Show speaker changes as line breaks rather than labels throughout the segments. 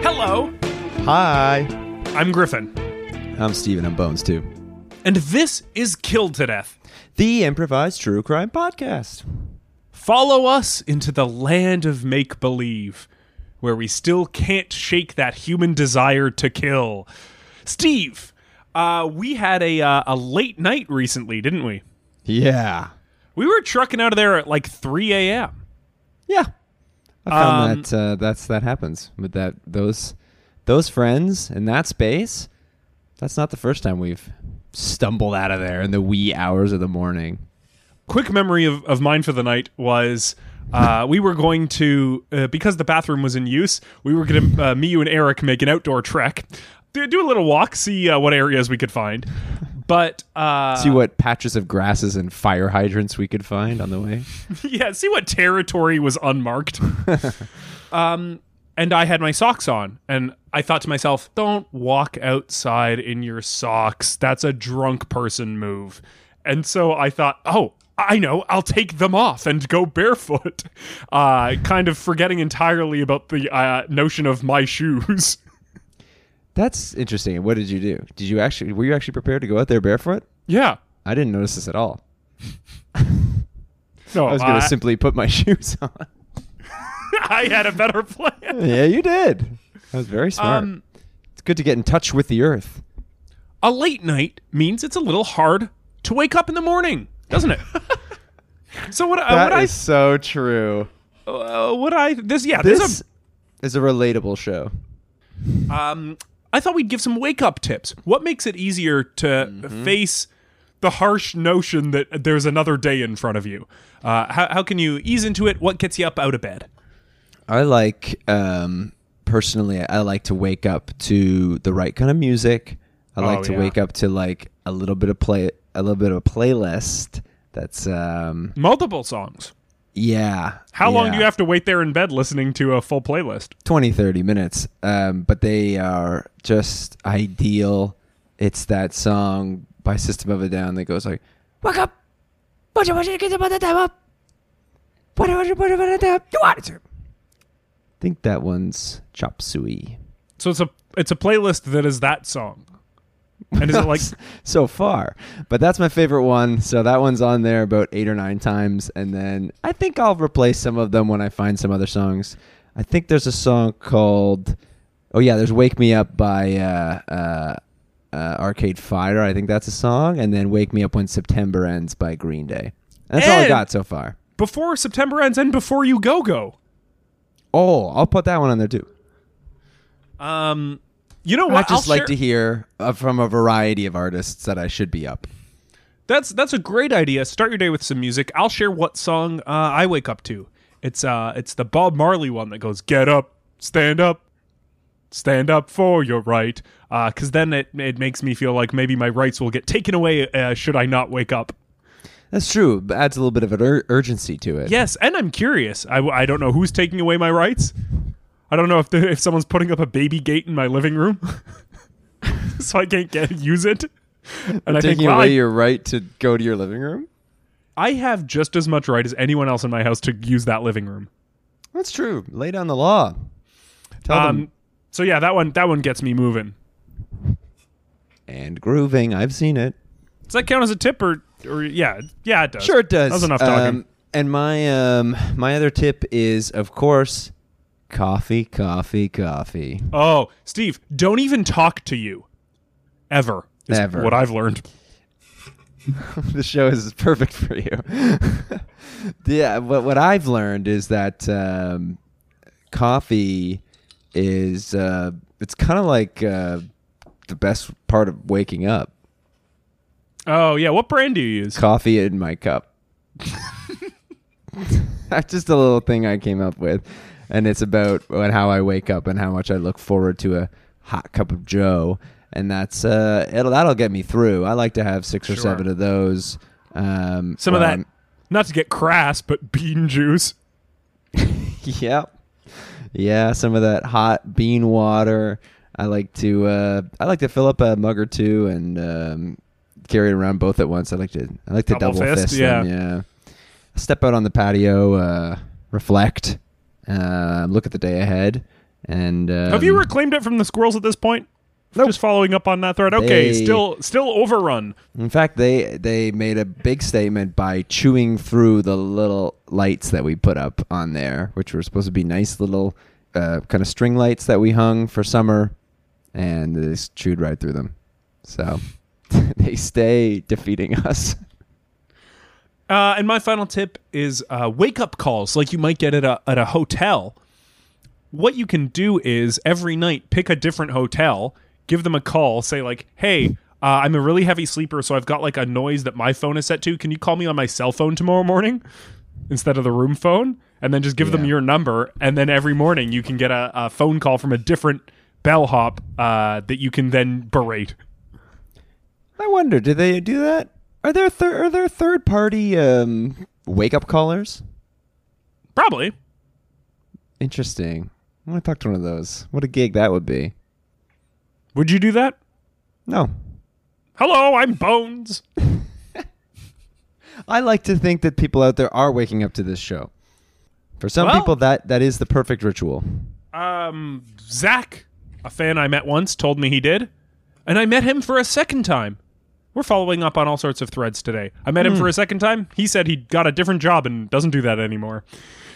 Hello,
Hi!
I'm Griffin,
I'm Steven, I'm Bones too.
and this is Killed to Death.
The Improvised True Crime Podcast.
Follow us into the land of make believe, where we still can't shake that human desire to kill. Steve, uh, we had a, uh, a late night recently, didn't we?
Yeah.
We were trucking out of there at like 3 a.m.
Yeah. I found that uh, that's that happens with that those those friends in that space. That's not the first time we've stumbled out of there in the wee hours of the morning.
quick memory of, of mine for the night was uh, we were going to uh, because the bathroom was in use we were going to uh, me you and eric make an outdoor trek do, do a little walk see uh, what areas we could find but uh,
See what patches of grasses and fire hydrants we could find on the way.
yeah see what territory was unmarked um, and i had my socks on and i thought to myself don't walk outside in your socks that's a drunk person move and so i thought oh I know. I'll take them off and go barefoot, uh, kind of forgetting entirely about the uh, notion of my shoes.
That's interesting. What did you do? Did you actually were you actually prepared to go out there barefoot?
yeah,
I didn't notice this at all.
no,
I was going to simply put my shoes on.
I had a better plan.
yeah, you did. That was very smart.
Um,
it's good to get in touch with the earth.
a late night means it's a little hard to wake up in the morning, doesn't it? so what? Uh,
That
what
is so true.
I uh, what I this yeah this.
This
Is
is a relatable show.
a, um, I thought we'd give some wake up tips. What makes it easier to
Mm-hmm.
face the harsh notion that there's another day in front of you? Uh, how how can you ease into it? What gets you up out of bed?
I like um, personally. I like to wake up to the right kind of music. I like
Oh,
to
yeah.
wake up to like a little bit of play, a little bit of a playlist. That's um,
Multiple songs.
yeah.
How long do
yeah.
you have to wait there in bed listening to a full playlist?
20 30 minutes um, but they are just ideal it's that song by system of a down that goes like wake up What you want to get about the time up What you want to put about the time? You want it to." I think that one's chop suey
So it's a it's a playlist that is that song. And is it like
so far but that's my favorite one so that one's on there about eight or nine times and then i think i'll replace some of them when i find some other songs i think there's a song called oh yeah there's wake me up by uh, uh, uh, arcade fire i think that's a song and then wake me up when september ends by green day And that's all i
And-
got so far
before September ends and before you go go?
oh i'll put that one on there too
Um, you know
i
what?
just
I'll
like
share-
to hear uh, from a variety of artists that i should be up
That's that's a great idea. Start your day with some music. I'll share what song uh, I wake up to. It's uh it's the Bob Marley one that goes get up, stand up, stand up for your right. Uh, cuz then it it makes me feel like maybe my rights will get taken away uh, should I not wake up.
that's true but adds a little bit of an ur- urgency to it
Yes, and I'm curious. I, I don't know who's taking away my rights. I don't know if the, if someone's putting up a baby gate in my living room, so I can't get use it. And I think
taking
well,
away
I,
your right to go to your living room?
I have just as much right as anyone else in my house to use that living room.
That's true. Lay down the law. Tell them.
Um, so yeah, that one that one gets me moving.
And grooving. I've seen it.
Does that count as a tip or or yeah yeah it does.
Sure, it does.
That was enough talking.
Um, And my um my other tip is of course coffee, coffee, coffee.
Oh, Steve, don't even talk to you. Ever. is
Ever.
What I've learned.
the show is perfect for you. yeah, what what I've learned is that um, coffee is uh, it's kind of like uh, the best part of waking up.
Oh, yeah. What brand do you use?
Coffee in my cup. That's just a little thing I came up with, and it's about what- how I wake up and how much I look forward to a hot cup of Joe, and that's uh, it'll that'll get me through. I like to have six or
Sure.
seven of those. Um,
Some
while
of
I'm-
that, not to get crass, but bean juice.
Yep. Yeah, some of that hot bean water. I like to uh, I like to fill up a mug or two and um, carry it around both at once. I like to I like to double,
Double fist,
fist. them, yeah. Step out on the patio, uh, reflect, uh, look at the day ahead, and um,
Have you reclaimed it from the squirrels at this point? Just following up on that thread. Okay,
They-
still still overrun.
In fact, they they made a big statement by chewing through the little lights that we put up on there, which were supposed to be nice little uh, kind of string lights that we hung for summer, and they just chewed right through them. So they stay defeating us.
Uh, and my final tip is uh, wake up calls, like you might get at a at a hotel. What you can do is every night pick a different hotel, give them a call, say like, "Hey, uh, I'm a really heavy sleeper, so I've got like a noise that my phone is set to. Can you call me on my cell phone tomorrow morning instead of the room phone?" And then just give them
Yeah.
your number, and then every morning you can get a, a phone call from a different bellhop uh, that you can then berate.
I wonder, do they do that? Are there thir- are there third party um, wake up callers?
Probably.
Interesting. I want to talk to one of those. What a gig that would be.
Would you do that?
No,
Hello, I'm Bones.
I like to think that people out there are waking up to this show. For some
Well-
people, that that is the perfect ritual.
Um, Zach, a fan I met once, told me he did, and I met him for a second time. We're following up on all sorts of threads today. I met him for a second time. He said he got a different job and doesn't do that anymore.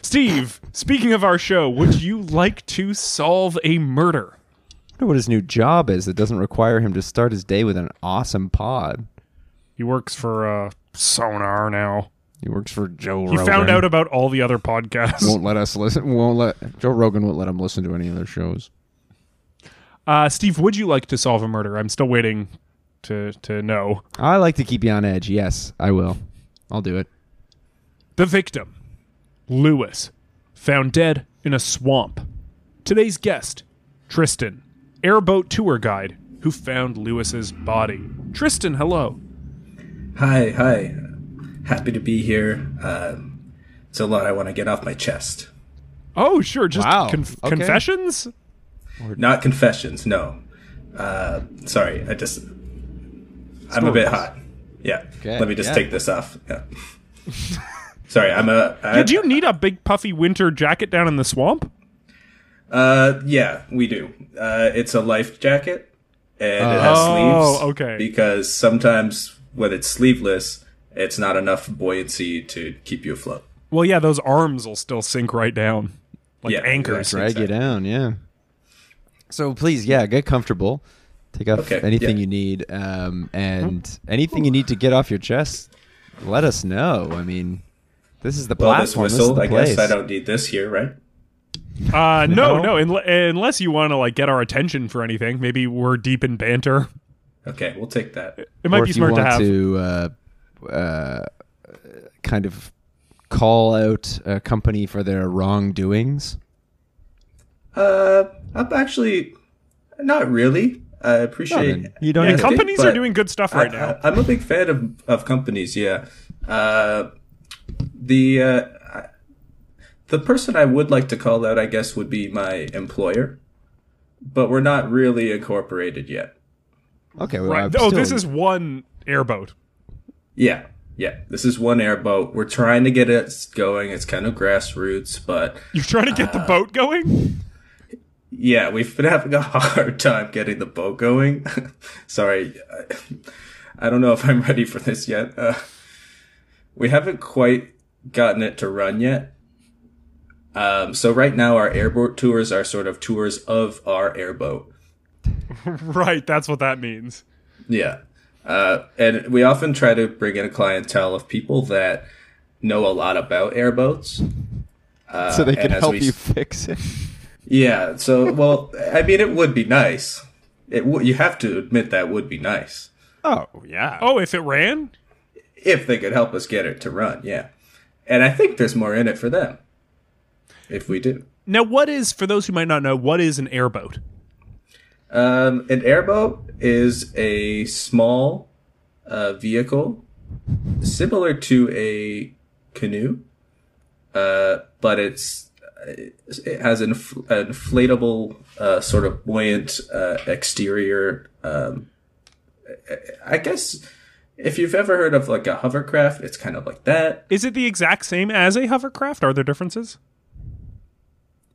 Steve, speaking of our show, would you like to solve a murder?
I wonder what his new job is that doesn't require him to start his day with an awesome pod.
He works for uh, Sonar now.
He works for Joe.
He found out about all the other podcasts.
won't let us listen. Won't let Joe Rogan won't let him listen to any of their shows.
Uh, Steve, would you like to solve a murder? I'm still waiting to to know
I like to keep you on edge. Yes, I will. I'll do it.
The victim, Lewis, found dead in a swamp. Today's guest, Tristan, airboat tour guide who found Lewis's body. Tristan, hello.
Hi, hi. Happy to be here. Uh, it's a lot I want to get off my chest.
Oh, sure, just
Wow,
conf-
okay.
confessions?
Not confessions, no. Uh, sorry, I just. I'm a bit hot. Yeah.
Okay,
Let me just
yeah.
take this off. Yeah. sorry, I'm a. I,
Did you need a big puffy winter jacket down in the swamp?
Uh, yeah, we do. Uh, it's a life jacket, and it has
Oh,
sleeves.
okay.
Because sometimes when it's sleeveless, it's not enough buoyancy to keep you afloat.
Well, yeah, those arms will still sink right down like
Yeah,
anchors.
right.
Drag you down, yeah. So please, yeah, get comfortable. Take off
Okay,
anything
yeah. Mm-hmm.
you need, um, and anything you need to get off your chest. Let us know. I mean, this is the
Well, this
platform. This, is
whistle,
the
I
place.
guess I don't need this here, right?
Uh, no, no, unle- unless you want to like get our attention for anything. Maybe we're deep in banter.
Okay, we'll take that.
It might
or
be
if you
smart to
want
have.
to, uh, uh, kind of call out a company for their wrongdoings.
Uh, I'm actually not really. I appreciate.
then. You don't
Yeah,
need to.
companies
but
are doing good stuff right now.
I, am a big fan of, of companies. Yeah. Uh, the uh, I- the person I would like to call out, I guess, would be my employer, but we're not really incorporated yet.
Okay. Well,
Right.
I'm
Oh,
still-
this is one airboat.
Yeah. Yeah. This is one airboat. We're trying to get it going. It's kind of grassroots, but
You're trying to get the boat going?
Yeah, we've been having a hard time getting the boat going. Sorry, I, I don't know if I'm ready for this yet. Uh, we haven't quite gotten it to run yet. Um, so right now our airboat tours are sort of tours of our airboat.
Right, that's what that means.
Yeah. Uh, and we often try to bring in a clientele of people that know a lot about airboats. Uh,
so they can
and as
help
we-
you fix it.
Yeah. So, well, I mean, it would be nice. It w- you have to admit that would be nice
Oh yeah.
Oh, if it ran?
if they could help us get it to run. Yeah. And I think there's more in it for them if we do.
Now, what is, for those who might not know, what is an airboat?
Um, an airboat is a small uh, vehicle similar to a canoe, uh, but it's uh, it has an infl- an inflatable uh, sort of buoyant uh, exterior. Um, I I guess if you've ever heard of like a hovercraft, it's kind of like that.
Is it the exact same as a hovercraft? Are there differences?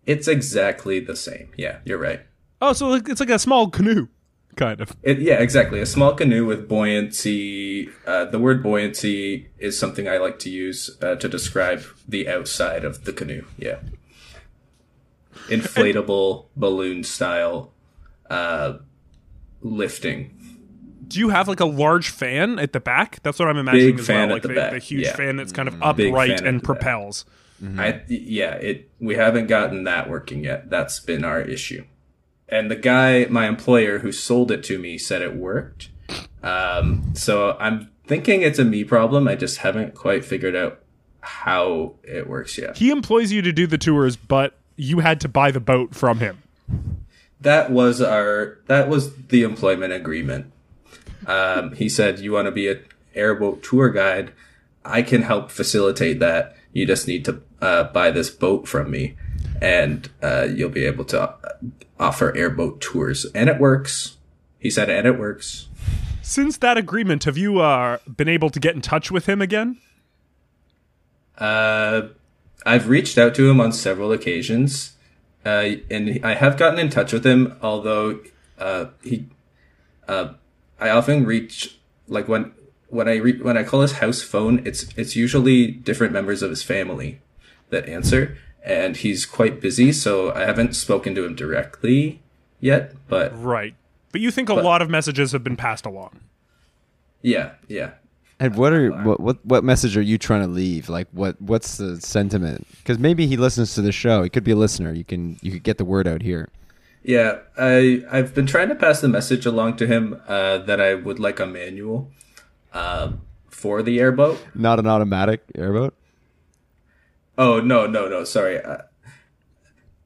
It's exactly the same. Yeah, you're right.
Oh, so like- it's like a small canoe, kind of.
It, yeah, exactly. A small canoe with buoyancy. Uh, the word buoyancy is something I like to use uh, to describe the outside of the canoe. Yeah. Inflatable balloon style uh, lifting.
Do you have like a large fan at the back? That's what I'm imagining
Big
as
fan
well.
at
Like
the
the,
back,
the huge
yeah. Mm-hmm.
fan that's kind of
Big fan
upright
at
and
the back.
propels.
I, yeah, it. We haven't gotten that working yet. That's been our issue. And the guy, my employer, who sold it to me, said it worked. Um, so I'm thinking it's a me problem. I just haven't quite figured out how it works yet.
He employs you to do the tours, but you had to buy the boat from him.
that was our that was the employment agreement. Um, he said, "You want to be an airboat tour guide? I can help facilitate that. You just need to uh, buy this boat from me, and uh, you'll be able to offer airboat tours." And it works. He said, "And it works."
Since that agreement, have you uh, been able to get in touch with him again?
Uh, I've reached out to him on several occasions, uh, and I have gotten in touch with him. Although uh, he, uh, I often reach like when when I re- when I call his house phone, it's it's usually different members of his family that answer, and he's quite busy, so I haven't spoken to him directly yet. But
Right. But you think a lot of messages have been passed along.
yeah, yeah.
And what are what, what what message are you trying to leave? Like what what's the sentiment? Because maybe he listens to the show. He could be a listener. You can you could get the word out here.
Yeah, I I've been trying to pass the message along to him uh, that I would like a manual um, for the airboat.
Not an automatic airboat.
Oh no no no! Sorry, I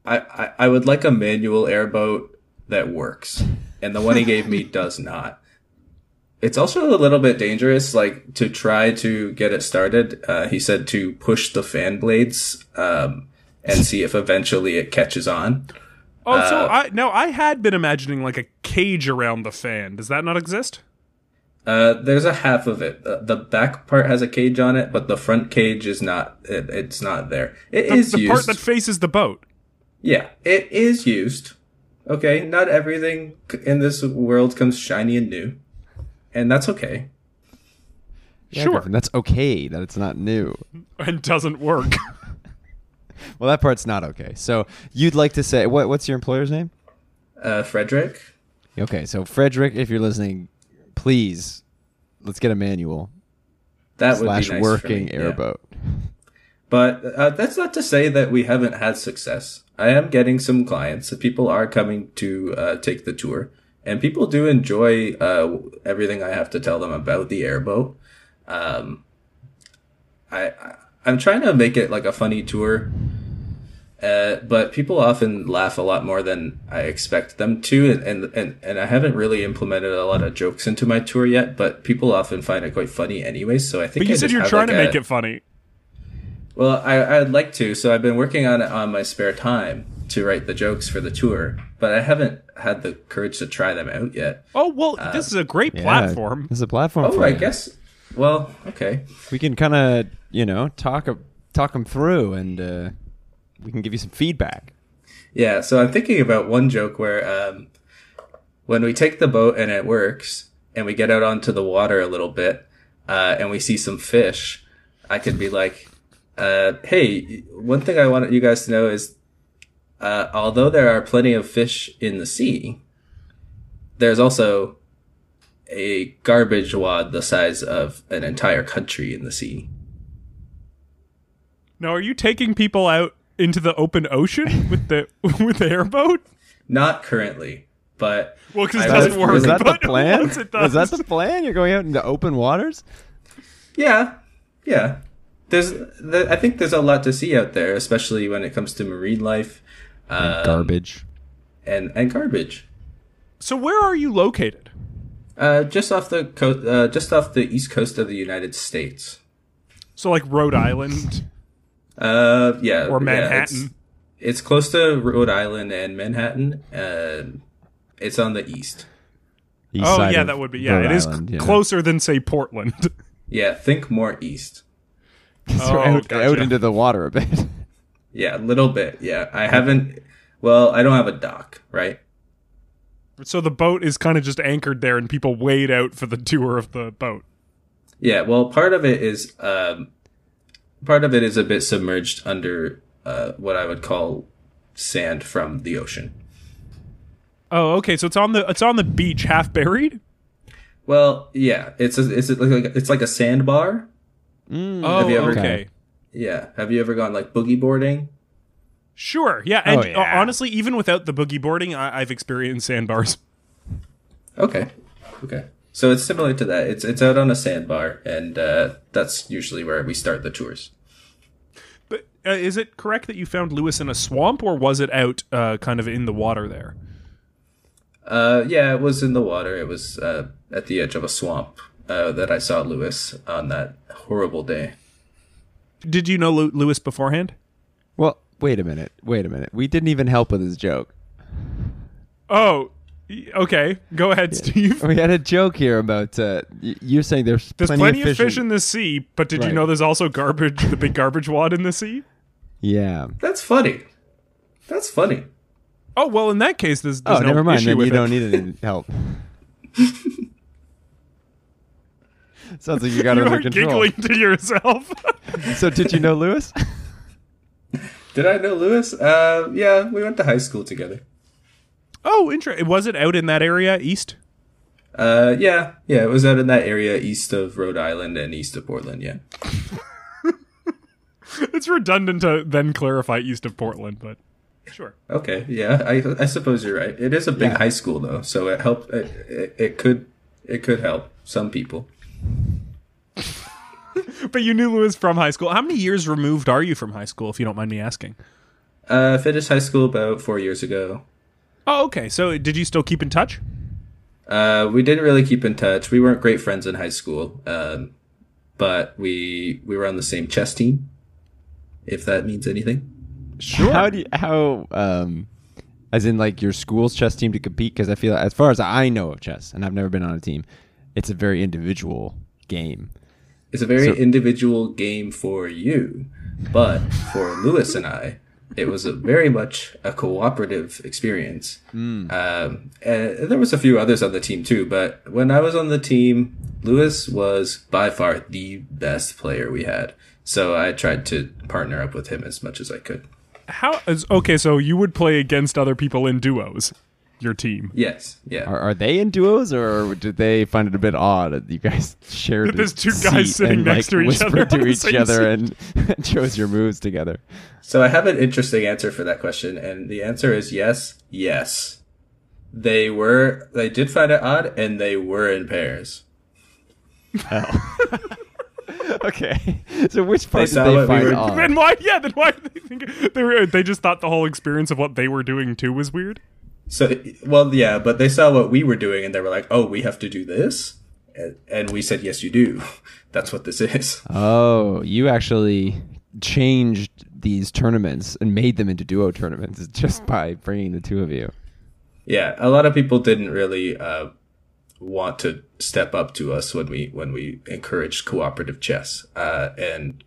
I I- I would like a manual airboat that works, and the one he gave me does not. It's also a little bit dangerous, like to try to get it started. Uh, he said to push the fan blades um, and see if eventually it catches on.
Oh,
Uh,
so I now I had been imagining like a cage around the fan. Does that not exist?
Uh, there's a half of it. Uh, The, the back part has a cage on it, but the front cage is not. It, it's not there. It is
The, the
used.
part that faces the boat.
yeah, it is used. Okay, not everything c- in this world comes shiny and new, and that's okay.
Yeah,
Sure.
Griffin, that's okay. That it's not new.
And doesn't work.
Well, that part's not okay. So you'd like to say what? What's your employer's name?
Uh, Frederick,
Okay, so Frederick, if you're listening, please let's get a manual
that would
slash
be nice
working
for me, yeah.
airboat.
But uh, that's not to say that we haven't had success. I am getting some clients. So people are coming to uh, take the tour, and people do enjoy uh, everything I have to tell them about the airboat. Um, I, I I'm trying to make it like a funny tour, uh, but people often laugh a lot more than I expect them to, and, and and and I haven't really implemented a lot of jokes into my tour yet. But people often find it quite funny anyway. So I think
But you
I
said
just
you're
have,
trying
like,
to
a-
make it funny.
well, I, I'd like to. So I've been working on it on my spare time to write the jokes for the tour, but I haven't had the courage to try them out yet.
Oh well,
Uh,
this is a great platform.
Yeah, this is a platform.
Oh,
for
I
you.
guess. Well, okay.
we can kind of you know talk a- talk them through, and uh, we can give you some feedback.
Yeah. So I'm thinking about one joke where um, when we take the boat and it works, and we get out onto the water a little bit, uh, and we see some fish, I could be like, Uh, hey, one thing I want you guys to know is, uh, although there are plenty of fish in the sea, there's also a garbage wad the size of an entire country in the sea.
Now, are you taking people out into the open ocean with the with the airboat?
Not currently, but
Well, 'cause it
I
doesn't
would-
work.
Is that the
but
plan?
once
Is
it does-
that the plan? You're going out into open waters?
Yeah, yeah. There's, th I think there's a lot to see out there, especially when it comes to marine life
Garbage.
and and garbage.
So, where are you located?
Uh, just off the coast, uh, just off the east coast of the United States.
So, like Rhode Island
Uh,
or
yeah, yeah, it's-
Manhattan?
it's, close to Rhode Island and Manhattan. Um, it's on the east.
East
oh,
side
yeah,
of
that would be. Yeah,
Rhode
it is
Island,
c-
yeah.
closer than say Portland.
Yeah, think more east.
So
Oh,
out,
gotcha.
out into the water a bit.
Yeah, a little bit. Yeah, I haven't. Well, I don't have a dock, right?
so the boat is kind of just anchored there, and people wade out for the tour of the boat.
Yeah, well, part of it is um, part of it is a bit submerged under uh, what I would call sand from the ocean.
Oh, okay. So it's on the it's on the beach, half buried.
Well, yeah, it's a, it's a, like it's like a sandbar.
Oh,
you ever-
okay.
Yeah, have you ever gone like boogie boarding?
Sure. Yeah. And
Oh, yeah.
uh, honestly, even without the boogie boarding, I- I've experienced sandbars.
Okay, okay. So it's similar to that. It's it's out on a sandbar, and uh, that's usually where we start the tours.
But uh, is it correct that you found Lewis in a swamp, or was it out uh, kind of in the water there?
Uh, yeah, it was in the water. It was uh, at the edge of a swamp uh, that I saw Lewis on that horrible day.
Did you know Lew- Lewis beforehand?
well, wait a minute. Wait a minute. We didn't even help with his joke.
Oh, y- okay. Go ahead, Steve.
We had a joke here about uh, y- you saying there's
There's
plenty,
plenty, of
in-
fish in the sea, but did
Right.
you know there's also garbage, the big garbage wad in the sea?
Yeah.
That's funny. That's funny.
Oh well, in that case, there's,
Oh,
there's no
never mind.
issue
Then
with
you
it.
don't need any help. Sounds like you got it
You
under
are
control.
giggling to yourself.
So did you know Lewis?
Did I know Lewis? Uh, yeah, we went to high school together.
oh, interesting. Was it out in that area east?
Uh, yeah, yeah, it was out in that area east of Rhode Island and east of Portland. Yeah,
It's redundant to then clarify east of Portland, but sure.
okay, yeah, I I suppose you're right. It is a big
Yeah.
high school though, so it helped. It, it, it could it could help some people.
But you knew Lewis from high school. How many years removed are you from high school, if you don't mind me asking?
Uh, finished high school about four years ago.
Oh, okay. So did you still keep in touch?
Uh, we didn't really keep in touch. We weren't great friends in high school, um, but we we were on the same chess team. If that means anything,
Sure.
How do you, how um as in like your school's chess team to compete because I feel as far as I know of chess and I've never been on a team, it's a very individual game.
it's a very
So-
individual game for you, but for Lewis and I, it was a very much a cooperative experience. Um, and there was a few others on the team too, but when I was on the team, Lewis was by far the best player we had. So I tried to partner up with him as much as I could.
How is okay? So you would play against other people in duos, your team.
Yes, yeah.
Are, are they in duos or did they find it a bit odd that you guys shared
That there's
a
two
seat
guys sitting
and,
next
like,
to each other
whispered
on
to
the
each
same
other and chose your moves together?
So I have an interesting answer for that question, and the answer is yes, yes. They were, they did find it odd, and they were in pairs.
Okay, so which part
saw
did
what
they
we
find
were-
odd?
Then why? Yeah. Then why did they think they were? They just thought the whole experience of what they were doing too was weird.
So, well, yeah, but they saw what we were doing, and they were like, "Oh, we have to do this," and, and we said, "Yes, you do." That's what this is.
Oh, you actually changed these tournaments and made them into duo tournaments just by bringing the two of you.
Yeah, a lot of people didn't really uh, want to step up to us when we when we encouraged cooperative chess, uh, and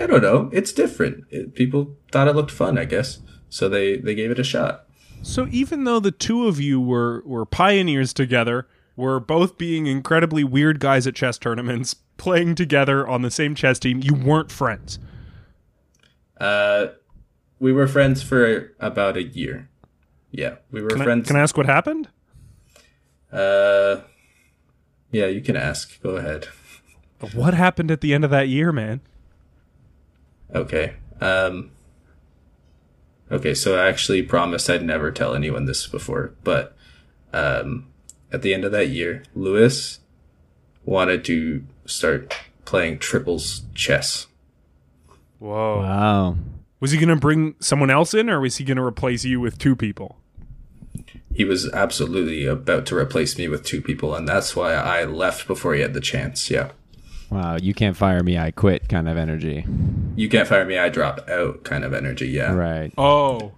I don't know, it's different. It, people thought it looked fun, I guess, so they they gave it a shot.
So even though the two of you were were pioneers together, were both being incredibly weird guys at chess tournaments, playing together on the same chess team, you weren't friends.
Uh, we were friends for about a year. Yeah, we were
Can I,
friends.
can I ask what happened?
Uh, yeah, you can ask. Go ahead.
What happened at the end of that year, man?
Okay. Um, okay, so I actually promised I'd never tell anyone this before, but um, at the end of that year, Lewis wanted to start playing triples chess.
Whoa.
Wow.
Was he going to bring someone else in, or was he going to replace you with two people?
He was absolutely about to replace me with two people, and that's why I left before he had the chance. Yeah.
Wow. You can't fire me. I quit kind of energy.
You can't fire me, I drop out kind of energy. Yeah.
Right.
Oh,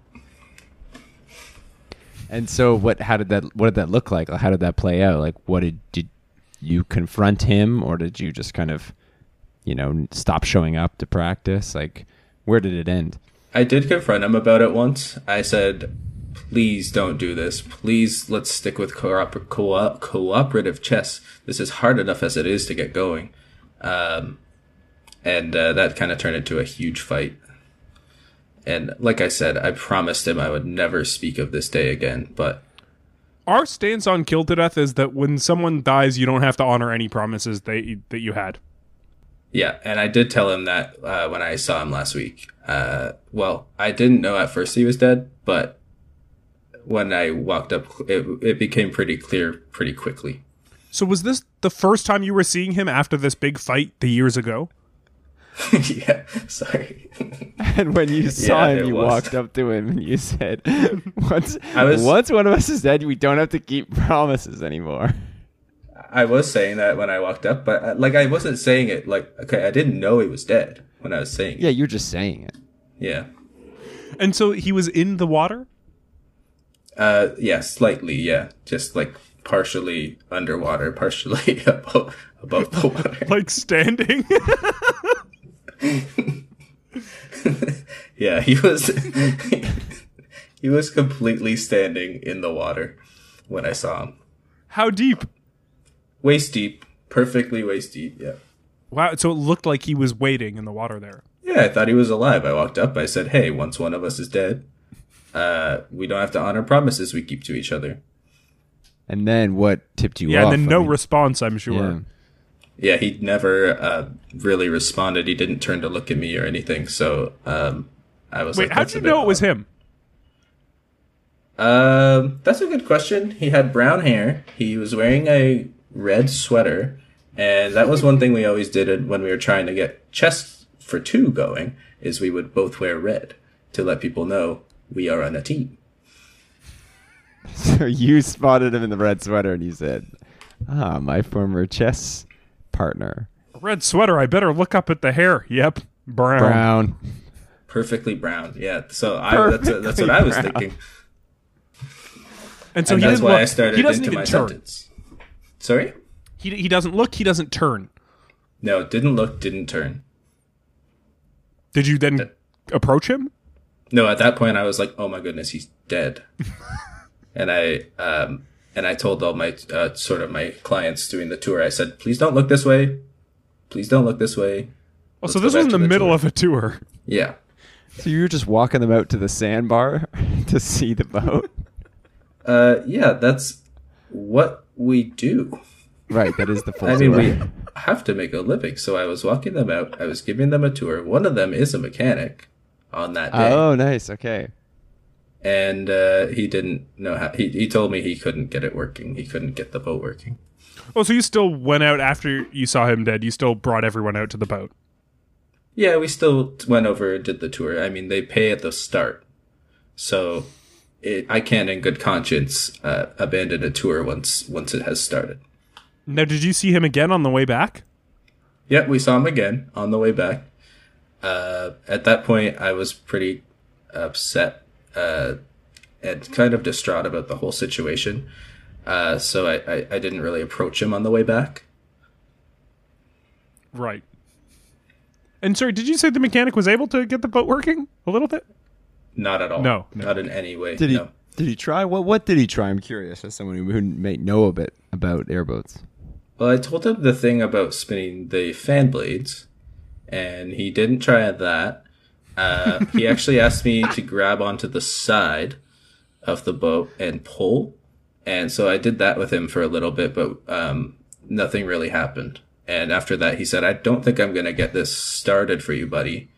And so what how did that what did that look like? How did that play out? Like what did did you confront him or did you just kind of you know stop showing up to practice? Like where did it end?
I did confront him about it once. I said, "Please don't do this. Please let's stick with cooper- co- cooperative chess. This is hard enough as it is to get going." Um, and uh, that kind of turned into a huge fight. And like I said, I promised him I would never speak of this day again. But
our stance on kill to death is that when someone dies, you don't have to honor any promises they, that you had.
Yeah, and I did tell him that uh, when I saw him last week. Uh, well, I didn't know at first he was dead, but when I walked up, it, it became pretty clear pretty quickly.
So was this the first time you were seeing him after this big fight the years ago?
yeah, sorry.
And when you saw
Yeah,
him,
it
you
was.
walked up to him and you said, "Once,
was-
once one of us is dead, we don't have to keep promises anymore."
I was saying that when I walked up, but uh, like I wasn't saying it like okay, I didn't know he was dead when I was saying
Yeah,
it.
you're just saying it.
Yeah.
And so he was in the water?
Uh, yeah, slightly. Yeah, just like partially underwater, partially above above the water.
Like standing?
Yeah, he was he was completely standing in the water when I saw him.
How deep?
Waist deep, perfectly waist deep, yeah.
Wow, so it looked like he was waiting in the water there.
Yeah, I thought he was alive. I walked up, I said, Hey, once one of us is dead, uh, we don't have to honor promises we keep to each other.
And then what tipped you
Yeah,
off?
and then
I
no
mean,
response, I'm sure.
yeah.
Yeah, he never uh, really responded. He didn't turn to look at me or anything, so um, I was
Wait,
like,
how'd
"That's
you
a bit
know it was
odd."
him?
Um, that's a good question. He had brown hair. He was wearing a red sweater, and that was one thing we always did when we were trying to get chess for two going. Is we would both wear red to let people know we are on a team.
So you spotted him in the red sweater, and you said, "Ah, my former chess partner,
Red sweater, I better look up at the hair. Yep, brown.
Brown."
Perfectly brown. Yeah. So I, that's that's what I was
Perfectly brown.
thinking.
And so
and
he
that's
didn't
why
look.
I started
he doesn't
into
even
my
turn.
sentence. Sorry.
He, he doesn't look, he doesn't turn.
No, didn't look, didn't turn.
Did you then approach him? Oh,
No, at that point I was like, "Oh my goodness, he's dead," and I um and I told all my uh, sort of my clients doing the tour. I said, "Please don't look this way. Please don't look this way."
Oh, so this
Let's go
was
back
in the
to the
middle
tour.
of a tour.
Yeah,
So you were just walking them out to the sandbar to see the boat,
uh, yeah, that's what we do.
right? That is the full
I mean,
tour.
we have to make a living, so I was walking them out. I was giving them a tour. One of them is a mechanic on that day,
Oh, nice. Okay.
and uh, he didn't know how. He he told me he couldn't get it working. He couldn't get the boat working.
Oh, so you still went out after you saw him dead. You still brought everyone out to the boat.
Yeah, we still went over and did the tour. I mean, they pay at the start, so it, I can't, in good conscience, uh, abandon a tour once once it has started.
Now, did you see him again on the way back?
Yep, we saw him again on the way back. Uh, at that point, I was pretty upset uh, and kind of distraught about the whole situation. Uh, so I, I, I didn't really approach him on the way back.
Right. And sorry, did you say the mechanic was able to get the boat working a little bit?
Not at all.
No, no.
not in any way.
Did he?
no.
Did he try? What? What did he try? I'm curious, as someone who who may know a bit about airboats.
Well, I told him the thing about spinning the fan blades, and he didn't try that. Uh, he actually asked me to grab onto the side of the boat and pull. And so I did that with him for a little bit, but um, nothing really happened. And after that, he said, I don't think I'm going to get this started for you, buddy.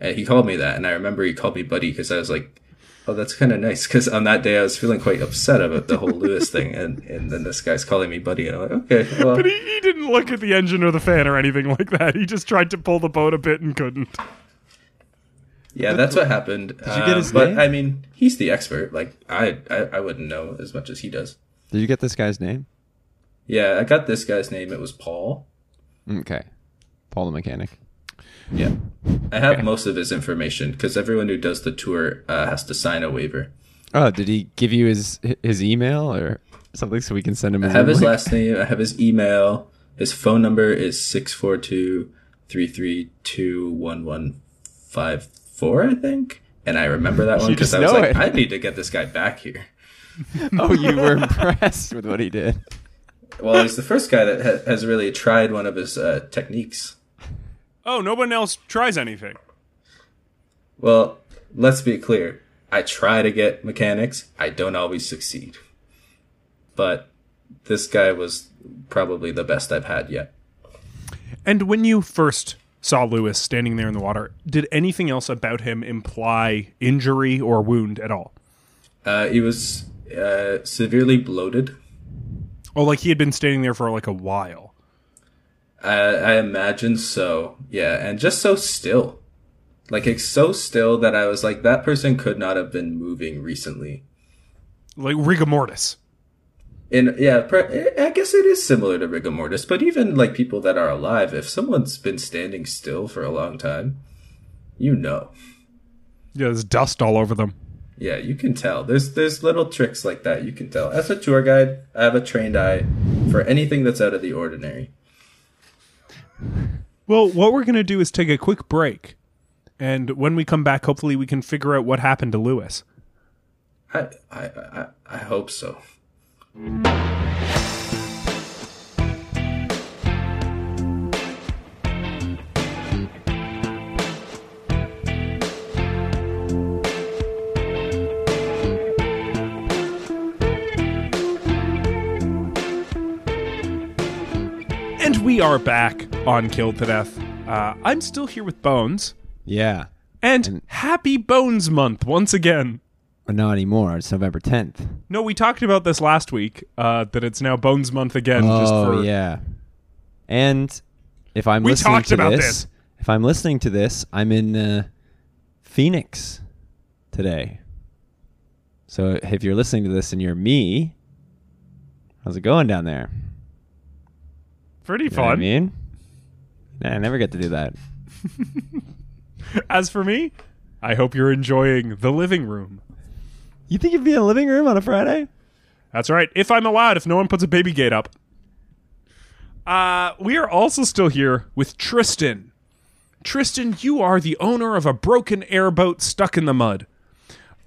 And he called me that. And I remember he called me buddy because I was like, oh, that's kind of nice. Because on that day, I was feeling quite upset about the whole Lewis thing. And, and then this guy's calling me buddy. And I'm like, okay, well,
But he, he didn't look at the engine or the fan or anything like that. He just tried to pull the boat a bit and couldn't.
yeah, that's what happened. Did
you get his
But
name?
I mean, he's the expert. Like, I, I, I wouldn't know as much as he does.
Did you get this guy's name?
Yeah, I got this guy's name. It was Paul.
Mm, Okay. Paul the mechanic.
Yeah. I have most of his information because everyone who does the tour uh, has to sign a waiver.
Oh, did he give you his his email or something so we can send him?
I have his last name, I have his email. His phone number is 642 332 1154, I think. And I remember that one because
just
I was
know
like,
it.
I need to get this guy back here.
oh, you were impressed with what he did.
Well, he's the first guy that ha- has really tried one of his uh, techniques.
Oh, no one else tries anything.
Well, let's be clear. I try to get mechanics. I don't always succeed. But this guy was probably the best I've had yet.
And when you first saw Lewis standing there in the water, did anything else about him imply injury or wound at all?
Uh, he was uh, severely bloated.
Oh, like he had been standing there for like a while.
I, I imagine so. Yeah, and just so still. Like, it's so still that I was like, that person could not have been moving recently.
Like rigor mortis.
And yeah, pre- I guess it is similar to rigor mortis, but even like people that are alive, if someone's been standing still for a long time, you know.
Yeah, there's dust all over them.
Yeah, you can tell. There's there's little tricks like that you can tell. As a tour guide, I have a trained eye for anything that's out of the ordinary.
Well, what we're going to do is take a quick break. And when we come back, hopefully we can figure out what happened to Lewis.
I I I, I hope so.
And we are back on Killed to Death. Uh, I'm still here with Bones.
Yeah.
And happy Bones Month once again.
But not anymore. It's November tenth.
No, we talked about this last week uh, that it's now Bones Month again. just
Oh
for,
yeah. And if I'm
We
listening
talked
to
about
this,
this.
if I'm listening to this, I'm in uh, Phoenix today. So if you're listening to this and you're me, how's it going down there?
Pretty
You know what I
fun.
mean, Nah, I never get to do that.
As for me, I hope you're enjoying the living room.
You think you'd be in a living room on a Friday?
That's right. If I'm allowed, if no one puts a baby gate up. Uh, we are also still here with Tristan. Tristan, you are the owner of a broken airboat stuck in the mud.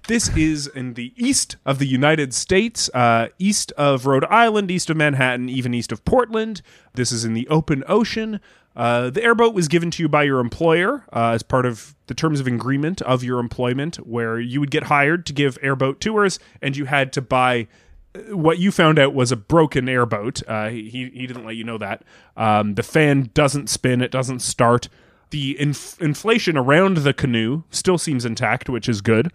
This is in the east of the United States, uh, east of Rhode Island, east of Manhattan, even east of Portland. This is in the open ocean. Uh, the airboat was given to you by your employer uh, as part of the terms of agreement of your employment, where you would get hired to give airboat tours, and you had to buy uh, what you found out was a broken airboat. Uh, he he didn't let you know that. Um, the fan doesn't spin. It doesn't start. The inf- inflation around the canoe still seems intact, which is good.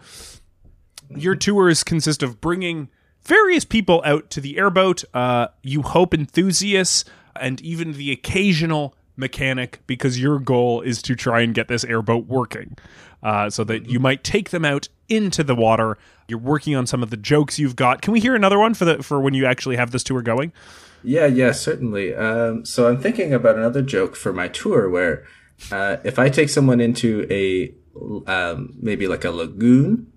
Your tours consist of bringing various people out to the airboat. Uh, you hope enthusiasts and even the occasional mechanic, because your goal is to try and get this airboat working, uh, so that you might take them out into the water. You're working on some of the jokes you've got. Can we hear another one for the for when you actually have this tour going?
Yeah, yeah, certainly. Um, so I'm thinking about another joke for my tour where uh, if I take someone into a um, maybe like a lagoon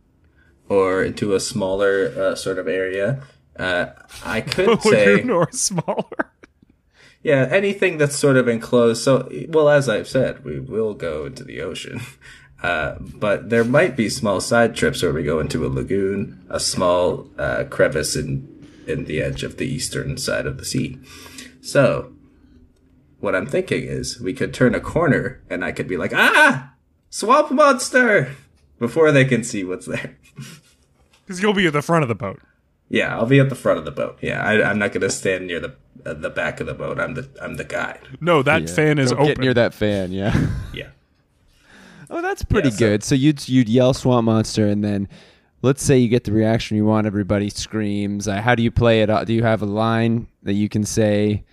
or into a smaller uh, sort of area, uh, I could say
Lagoon or smaller?
yeah anything that's sort of enclosed. So well, as I've said, we will go into the ocean. Uh, but there might be small side trips where we go into a lagoon, a small uh, crevice in in the edge of the eastern side of the sea. So, what I'm thinking is we could turn a corner and I could be like, ah, swamp monster before they can see what's there.
Because you'll be at the front of the boat.
Yeah, I'll be at the front of the boat. Yeah, I, I'm not gonna stand near the uh, the back of the boat. I'm the I'm the guide.
No, that fan is
Don't
open.
get near that fan. Yeah.
Yeah,
Oh, that's pretty
so-
good. So, you'd you'd yell swamp monster, and then let's say you get the reaction you want. Everybody screams. Uh, how do you play it? Uh, Do you have a line that you can say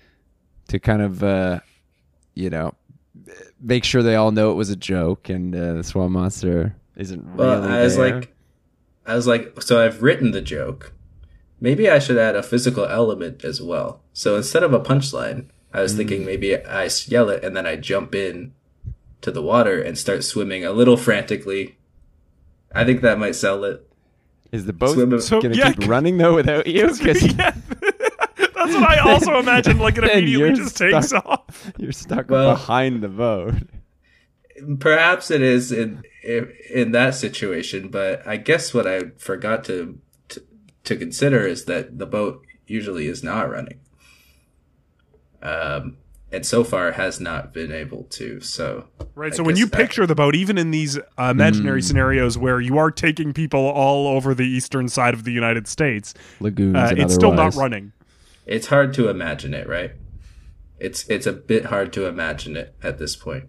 to kind of uh, you know make sure they all know it was a joke and uh, the swamp monster isn't really
Well, I was
there?
like, I was like, so I've written the joke. Maybe I should add a physical element as well. So instead of a punchline, I was
Mm.
thinking maybe I s- yell it and then I jump in to the water and start swimming a little frantically. I think that might sell it.
is the boat
swim-
going to
So-
yeah,
keep running though without you? 'Cause
yeah, that's what I also imagine. Like it
Then
immediately
you're
just takes
stuck.
off.
you're stuck
Well-
behind the boat.
Perhaps it is in in in that situation, but I guess what I forgot to to, to consider is that the boat usually is not running, um, and so far has not been able to. So
Right.
I
so when
guess
you
that-
picture the boat, even in these uh,
Mm.
imaginary scenarios where you are taking people all over the eastern side of the United States,
Lagoons.
uh,
and
it's still not
otherwise.
running.
it's hard to imagine it, right? It's it's a bit hard to imagine it at this point.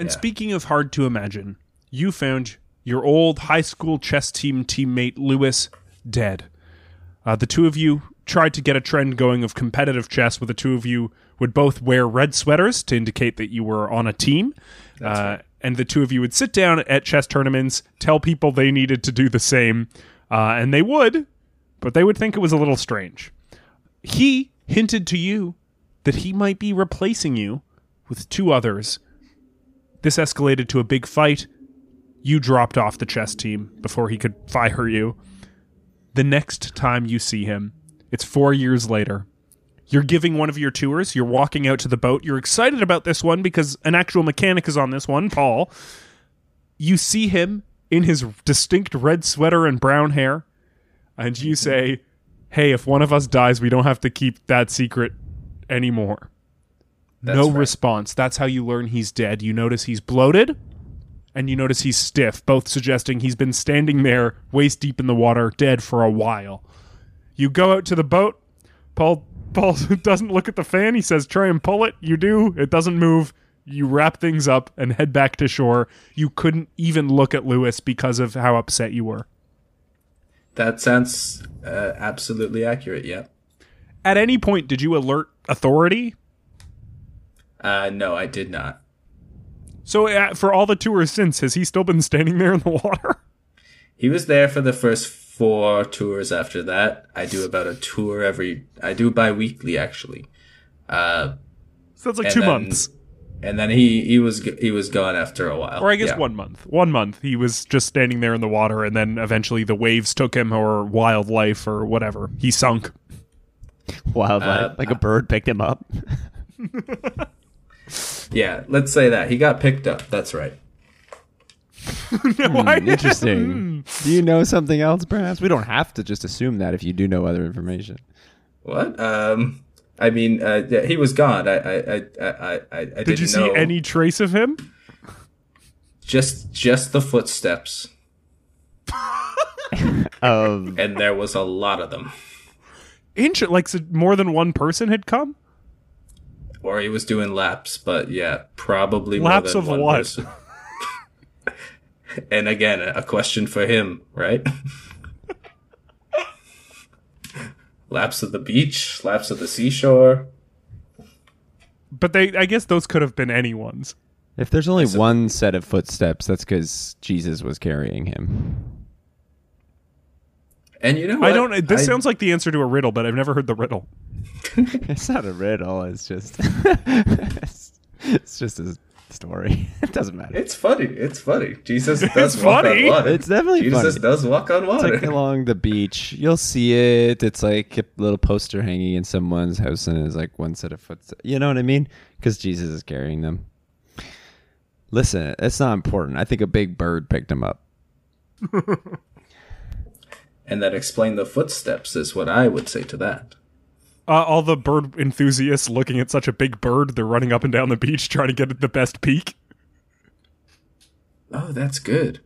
And speaking of hard to imagine, you found your old high school chess team teammate Lewis dead. Uh, the two of you tried to get a trend going of competitive chess where the two of you would both wear red sweaters to indicate that you were on a team. Uh, And the two of you would sit down at chess tournaments, tell people they needed to do the same, uh, and they would, but they would think it was a little strange. He hinted to you that he might be replacing you with two others this escalated to a big fight. You dropped off the chess team before he could fire you. The next time you see him, it's four years later. You're giving one of your tours. You're walking out to the boat. You're excited about this one because an actual mechanic is on this one, Paul. You see him in his distinct red sweater and brown hair, and you say, Hey, if one of us dies, we don't have to keep that secret anymore no
right.
response. That's how you learn he's dead. You notice he's bloated and you notice he's stiff, both suggesting he's been standing there waist deep in the water, dead for a while. You go out to the boat. Paul Paul doesn't look at the fan. He says, "Try and pull it." You do. It doesn't move. You wrap things up and head back to shore. You couldn't even look at Lewis because of how upset you were.
That sounds uh, absolutely accurate. Yeah.
At any point did you alert authority?
Uh, no, I did not.
So uh, for all the tours since, has he still been standing there in the water?
He was there for the first four tours after that. I do about a tour every I do bi-weekly actually. Uh
So that's like
And
two
then-
months.
and then he he was g- he was gone after a while.
or I guess
Yeah.
one month. One month he was just standing there in the water, and then eventually the waves took him, or wildlife, or whatever. He sunk.
Uh,
Wildlife, like a bird picked him up.
Yeah, let's say that. He got picked up. That's right. Hmm,
Why-
Interesting. do you know something else? Perhaps Hmm. we don't have to just assume that if you do know other information.
What? Um I mean, uh, yeah, he was gone. I I I I I, I didn't
Did you see
know.
any trace of him?
just just the footsteps
Of
and there was a lot of them.
Inch like so more than one person had come.
Or he was doing laps, but yeah, probably more
Laps
than
of
one
what?
person. and again, a question for him, right? laps of the beach, laps of the seashore.
But they, I guess, those could have been anyone's.
If there's only one set of footsteps, that's because Jesus was carrying him.
And you know,
I
what?
don't. This sounds like the answer to a riddle, but I've never heard the riddle.
It's not a riddle. It's just it's, it's just a story. It doesn't matter.
It's funny. It's funny. Jesus does walk
funny.
on water.
It's definitely
Jesus
funny.
does walk on
It's
water.
like along the beach. You'll see it. It's like a little poster hanging in someone's house, and it's like one set of footsteps. You know what I mean? Because Jesus is carrying them. Listen, it's not important. I think a big bird picked him up.
and that explain the footsteps is what I would say to that.
Uh, all the bird enthusiasts looking at such a big bird, they're running up and down the beach trying to get the best peak.
Oh, that's good.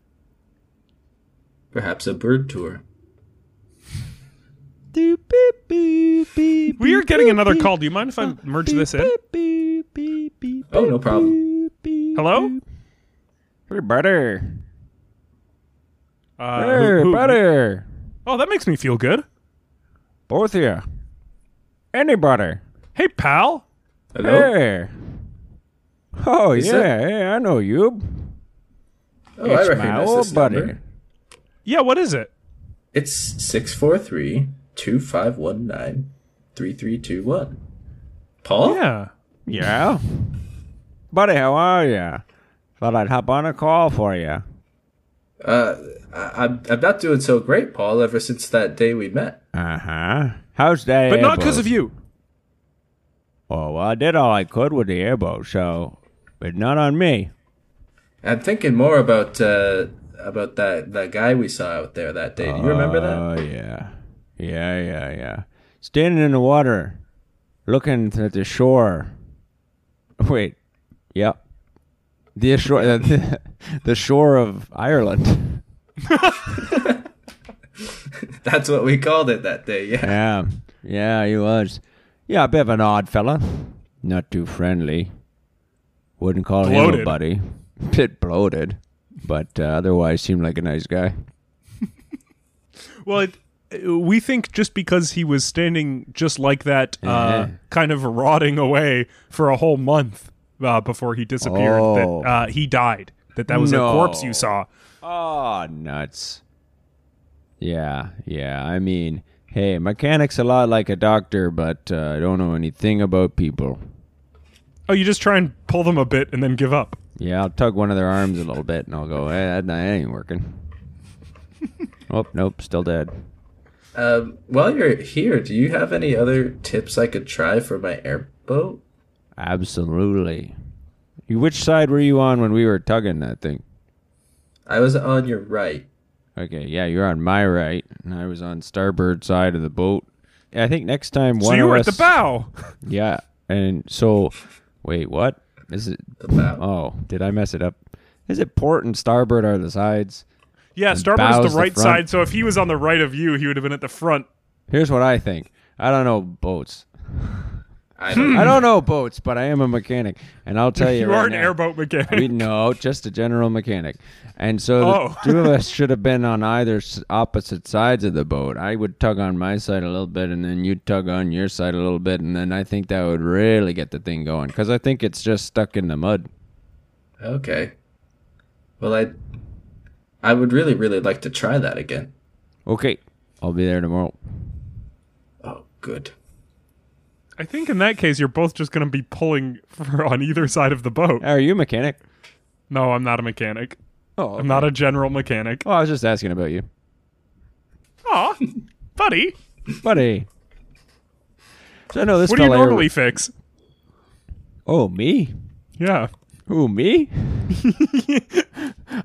Perhaps a bird tour.
Doop, beep, beep, beep,
We are
beep,
getting
beep,
another
beep,
call. Do you mind if I merge
beep,
this in?
beep, beep, beep, beep,
Oh, no
beep,
problem.
beep, beep,
Hello?
beep.
Butter.
Uh, who-
Brother,
who-
brother,
Oh, that makes me feel good.
Both of you. Any butter.
Hey, pal.
Hello?
Hey. Oh, yeah.
that-
Hey, I know you.
oh, I
it's my
recognize
old
this
buddy.
number.
Yeah, what is it?
It's 643 2519 3321. Paul?
Yeah.
Yeah. buddy, how are you? Thought I'd hop on a call for you.
I- I'm, I'm not doing so great, Paul, ever since that day we met.
Uh huh. How's that?
But not because of you.
Oh, well, I did all I could with the airboat, so it's not on me.
I'm thinking more about uh, about that, that guy we saw out there that day. Do you remember that?
Oh yeah, yeah, yeah, yeah. Standing in the water, looking at the shore. Wait, yep, the shore, the, shore of Ireland.
That's what we called it that day, yeah.
Yeah, yeah, he was. Yeah, a bit of an odd fella. Not too friendly. Wouldn't call him a
Bloated.
buddy. Bit bloated, but uh, otherwise seemed like a nice guy.
Well, it, uh, we think just because he was standing just like that, uh, kind of rotting away for a whole month uh, before he disappeared,
Oh.
that uh, he died. That that was
No.
a corpse you saw.
Oh, nuts. Yeah, yeah. I mean, hey, mechanic's a lot like a doctor, but uh, I don't know anything about people.
Oh, you just try and pull them a bit and then give up.
Yeah, I'll tug one of their arms a little bit and I'll go, hey, that, that ain't working. oh, nope, still dead.
Um, while you're here, do you have any other tips I could try for my airboat?
Absolutely. You- Which side were you on when we were tugging that thing?
I was on your right.
Okay, yeah, you're on my right, and I was on starboard side of the boat. I think next time one
so you
of
were
us,
at the bow.
Yeah, and so, wait, what is it?
The bow.
Oh, did I mess it up? Is it port and starboard are the sides?
Yeah, starboard is
bow's
the
the
right
front.
side. So if he was on the right of you, he would have been at the front.
Here's what I think. I don't know boats.
I don't
I don't know boats, but I am a mechanic, and I'll tell you.
You
Oh, right
are an
now,
airboat mechanic.
We know, just a general mechanic, and so
Oh.
the two of us should have been on either s- opposite sides of the boat. I would tug on my side a little bit, and then you tug on your side a little bit, and then I think that would really get the thing going because I think it's just stuck in the mud.
Okay. Well, I I would really really like to try that again.
Okay, I'll be there tomorrow.
Oh, good.
I think in that case, you're both just going to be pulling for, on either side of the boat.
Are you a mechanic?
No, I'm not a mechanic.
Oh,
I'm not a general mechanic.
Oh, I was just asking about you,
Aw, buddy,
buddy. So no, this
what do you
fella here-
normally fix?
Oh, me?
Yeah.
Who me? Oh,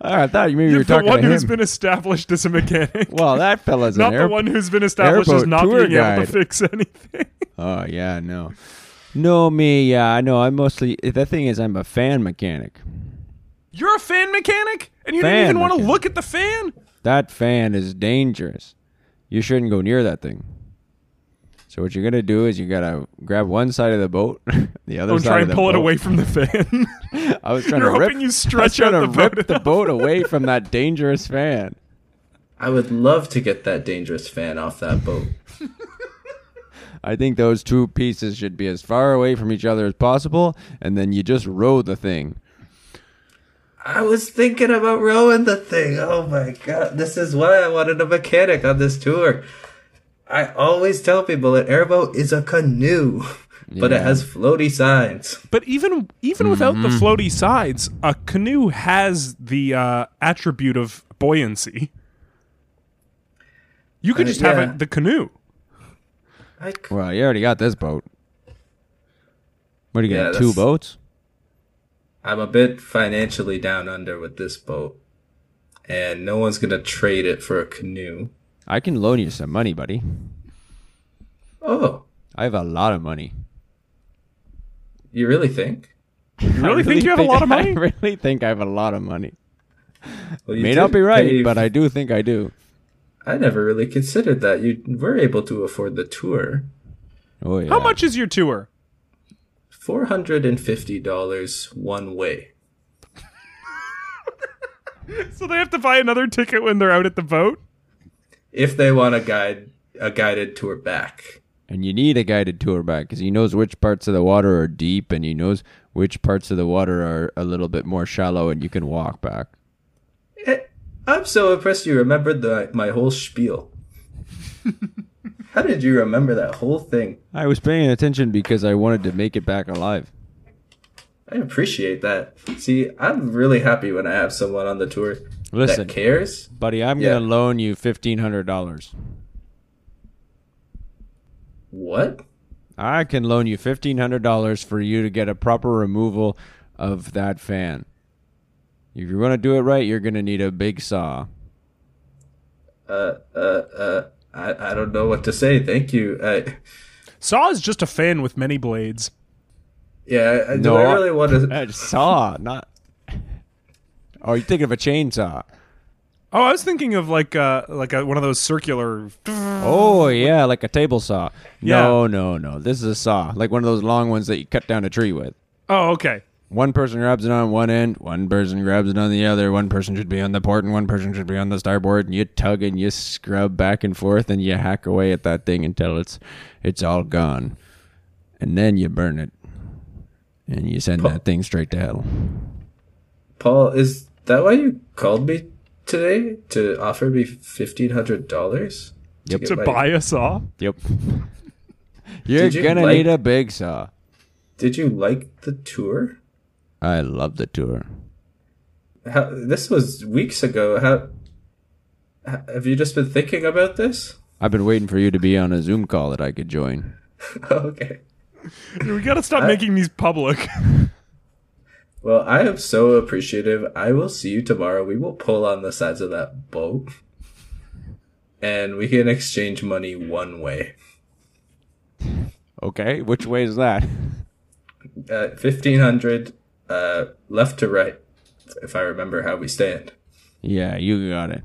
I thought you maybe you were
the
talking
one
to
who's
him.
been established as a mechanic.
well, that fella's
not
an
the
air-
one who's been established as
airboat
not
tour
being able
guide.
to fix anything.
Oh yeah, no, no me. Yeah, I know. I'm mostly the thing is I'm a fan mechanic.
You're a fan mechanic? And you
Fan
didn't even want to
mechanic.
look at the fan?
That fan is dangerous. You shouldn't go near that thing. So what you're gonna do is you gotta grab one side of the boat, the other
Don't
side
try
of
and
the
pull it
boat.
away from the fan.
I was trying
You're
to rip.
hoping you
I was
stretch
trying
out
to
the boat
rip the boat away from that dangerous fan.
I would love to get that dangerous fan off that boat.
I think those two pieces should be as far away from each other as possible, and then you just row the thing.
I was thinking about rowing the thing. Oh my god, this is why I wanted a mechanic on this tour. I always tell people an airboat is a canoe, but it has floaty signs.
But even even without the
Mm-hmm.
floaty sides, a canoe has the uh, attribute of buoyancy. You could
Uh,
just have
yeah.
it, the canoe.
I,
Well, you already got this boat. What are you
Yeah,
gonna have,
that's-
two boats?
I'm a bit financially down under with this boat, and no one's gonna trade it for a canoe.
I can loan you some money, buddy.
Oh,
I have a lot of money.
you really think?
You really, think you have a lot of money?
I really think I have a lot of money.
Well, you
May
did
not be right,
pay-
but I do think I do.
I never really considered that. You were able to afford the tour.
Oh yeah.
How much is your tour?
$450 one way.
So they have to buy another ticket when they're out at the vote.
If they want a guide a guided tour back.
And you need a guided tour back because he knows which parts of the water are deep, and he knows which parts of the water are a little bit more shallow, and you can walk back.
Eh, I'm so impressed you remembered the, my whole spiel. How did you remember that whole thing?
I was paying attention because I wanted to make it back alive.
I appreciate that. See, I'm really happy when I have someone on the tour
Listen.
that cares.
Buddy, I'm
Yeah.
gonna loan you fifteen hundred dollars.
What?
I can loan you fifteen hundred dollars for you to get a proper removal of that fan. If you're gonna do it right, you're gonna need a big saw.
I, I don't know what to say. Thank you. I,
Saw is just a fan with many blades.
yeah, I,
No,
do I
I-
really want to?
A saw, not. Oh, you're thinking of a chainsaw?
Oh, I was thinking of like uh like a, one of those circular.
Oh yeah, like a table saw. No,
Yeah.
no, no. This is a saw, like one of those long ones that you cut down a tree with.
Oh, okay.
One person grabs it on one end, one person grabs it on the other, one person should be on the port and one person should be on the starboard, and you tug and you scrub back and forth and you hack away at that thing until it's it's all gone. And then you burn it. And you send that thing straight to hell.
Paul, is that why you called me today to offer me fifteen hundred dollars?
Yep.
get
To
my-
buy a saw.
Yep. You're
Did you
gonna
like-
need a big saw.
Did you like the tour?
I love the tour.
How, this was weeks ago. How ha- have you just been thinking about this?
I've been waiting for you to be on a Zoom call that I could join.
okay.
We gotta stop making these public.
Well, I am so appreciative. I will see you tomorrow. We will pull on the sides of that boat, and we can exchange money one way.
Okay, which way is that?
Uh, fifteen hundred, uh, left to right, if I remember how we stand.
Yeah, you got it.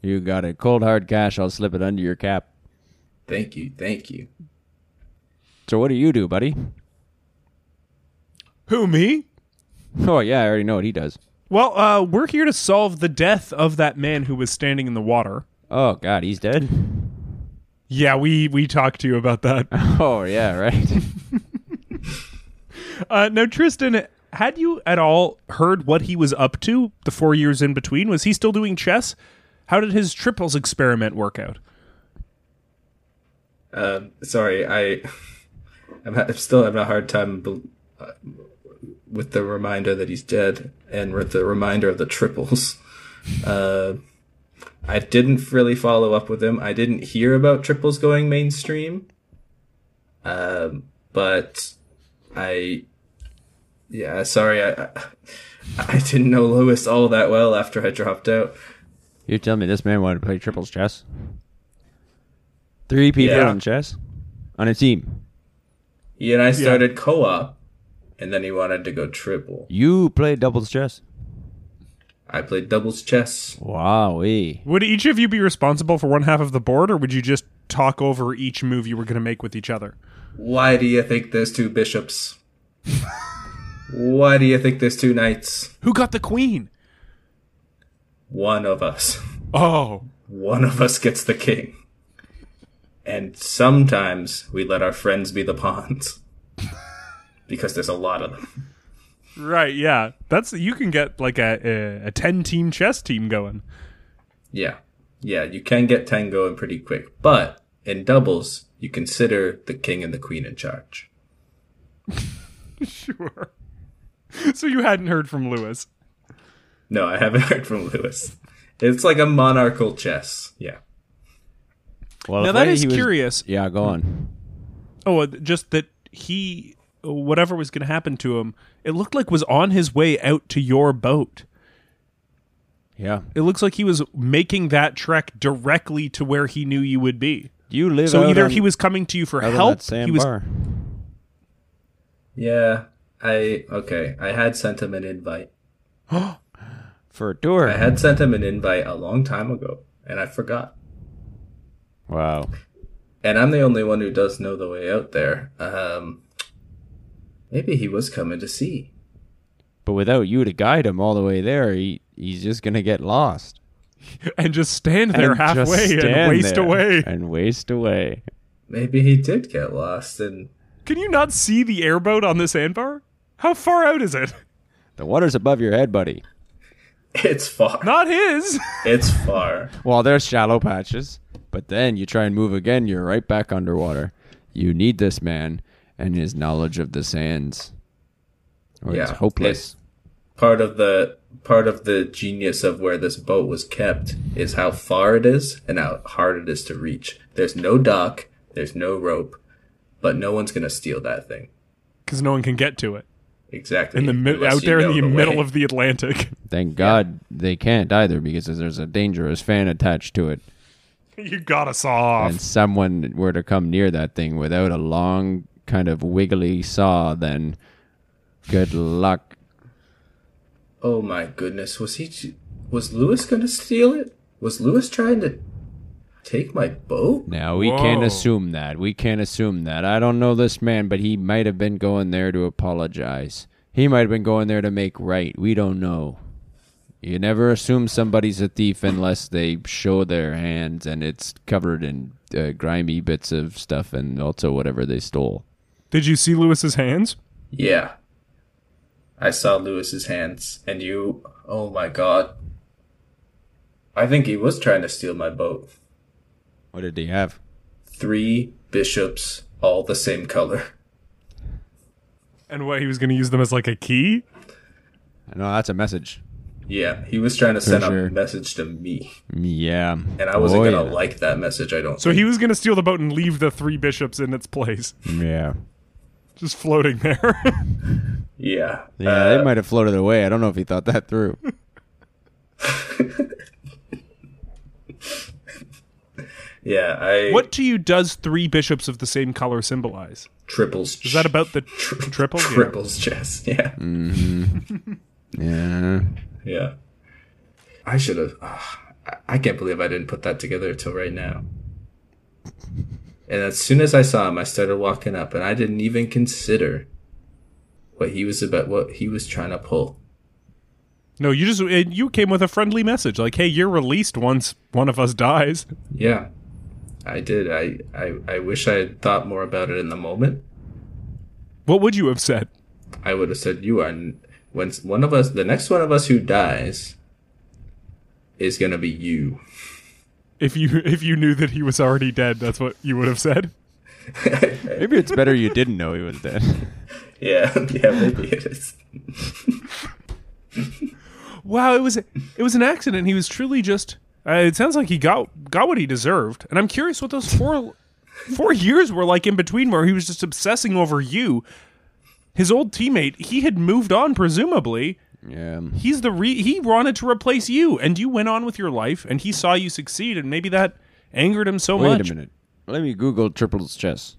You got it. Cold hard cash, I'll slip it under your cap.
Thank you, thank you.
So what do you do, buddy?
Who me?
Oh yeah, I already know what he does.
Well, uh, we're here to solve the death of that man who was standing in the water.
Oh god, he's dead.
Yeah, we we talked to you about that.
Oh yeah, right.
Uh, now, Tristan, had you at all heard what he was up to the four years in between? Was he still doing chess? How did his triples experiment work out?
Um, sorry, I, I'm, ha- I'm still having a hard time bel- uh, with the reminder that he's dead and with the reminder of the triples. Uh, I didn't really follow up with him. I didn't hear about triples going mainstream. Um, but I, yeah, sorry, I, I, I didn't know Lewis all that well after I dropped out.
you tell me this man wanted to play triples chess. Three people
Yeah.
on chess? On a team.
He and I started co-op, and then he wanted to go triple.
You play doubles chess?
I played doubles chess.
Wowee.
Would each of you be responsible for one half of the board, or would you just talk over each move you were going to make with each other?
Why do you think there's two bishops? Why do you think there's two knights?
Who got the queen?
One of us.
Oh,
One of us gets the king. And sometimes we let our friends be the pawns. Because there's a lot of them.
right, yeah. That's you can get like a a, a ten team chess team going.
Yeah. Yeah, you can get 10 going pretty quick. But in doubles, you consider the king and the queen in charge.
Sure. So you hadn't heard from Lewis.
No, I haven't heard from Lewis. It's like a monarchical chess. Yeah.
Well,
Now
if
that
I-
is
he was-
curious.
Yeah, go on.
Oh, uh, just that he, whatever was going to happen to him, it looked like was on his way out to your boat.
Yeah.
It looks like he was making that trek directly to where he knew you would be.
You live
So
out
either
on-
he was coming to you for
out on that
help, he was
sandbar.
Yeah. I, okay. I had sent him an invite.
for a tour.
I had sent him an invite a long time ago, and I forgot.
Wow.
And I'm the only one who does know the way out there. Um, maybe he was coming to see.
But without you to guide him all the way there, he, he's just going to get lost.
and just stand there
And just
halfway and
stand
waste
there
away.
And waste away.
Maybe he did get lost, and
Can you not see the airboat on the sandbar? How far out is it?
The water's above your head, buddy.
it's far.
Not his.
It's far.
Well, there's shallow patches, but then you try and move again, you're right back underwater. You need this man and his knowledge of the sands. Or
Yeah,
it's hopeless.
part of the part of the genius of where this boat was kept is how far it is and how hard it is to reach. There's no dock, there's no rope, but no one's gonna steal that thing.
Because no one can get to it.
Exactly.
In the mi-
unless
out
you
there in
know
the, middle
way.
of the Atlantic.
Thank God they can't either because if there's a dangerous fan attached to it
you gotta saw off.
and someone were to come near that thing without a long kind of wiggly saw, then good luck.
Oh my goodness, was he? j- Was Lewis gonna steal it? Was Lewis trying to take my boat?
Now we can't
Whoa.
assume that. We can't assume that. I don't know this man, but he might have been going there to apologize. He might have been going there to make right. We don't know. You never assume somebody's a thief unless they show their hands and it's covered in uh, grimy bits of stuff and also whatever they stole.
Did you see Lewis's hands?
Yeah. I saw Lewis's hands, and you. Oh my god. I think he was trying to steal my boat.
What did he have?
three bishops all the same color.
And what he was gonna use them as like a key?
No, that's a message.
Yeah, he was trying to send
sure.
a message to me,
Mm, Yeah.
and I wasn't
Oh,
gonna
yeah.
like that message. I don't.
So
think.
he was gonna steal the boat and leave the three bishops in its place.
Yeah.
Just floating there.
Yeah.
Yeah,
Uh,
they might have floated away. I don't know if he thought that through.
yeah. I
what to you does three bishops of the same color symbolize?
triples?
Is that about the tr- triple? Yeah.
triples chess? Yeah.
yeah.
Yeah. I should have. ah, I I can't believe I didn't put that together till right now. And as soon as I saw him, I started walking up, and I didn't even consider what he was about, what he was trying to pull.
No, you just uh, you came with a friendly message like, "Hey, you're released once one of us dies."
Yeah, I did. I, I I wish I had thought more about it in the moment.
What would you have said?
I would have said, "You are n- when s- one of us, the next one of us who dies, is gonna be you."
If you if you knew that he was already dead, that's what you would have said.
Maybe it's better you didn't know he was dead.
Yeah, yeah, maybe it is.
Wow, it was it was an accident. He was truly just. Uh, it sounds like he got got what he deserved, and I'm curious what those four four years were like in between, where he was just obsessing over you, his old teammate. He had moved on, presumably.
yeah.
He's the re- he wanted to replace you, and you went on with your life, and he saw you succeed, and maybe that angered him so
Wait
much.
a minute. Let me Google triples chess.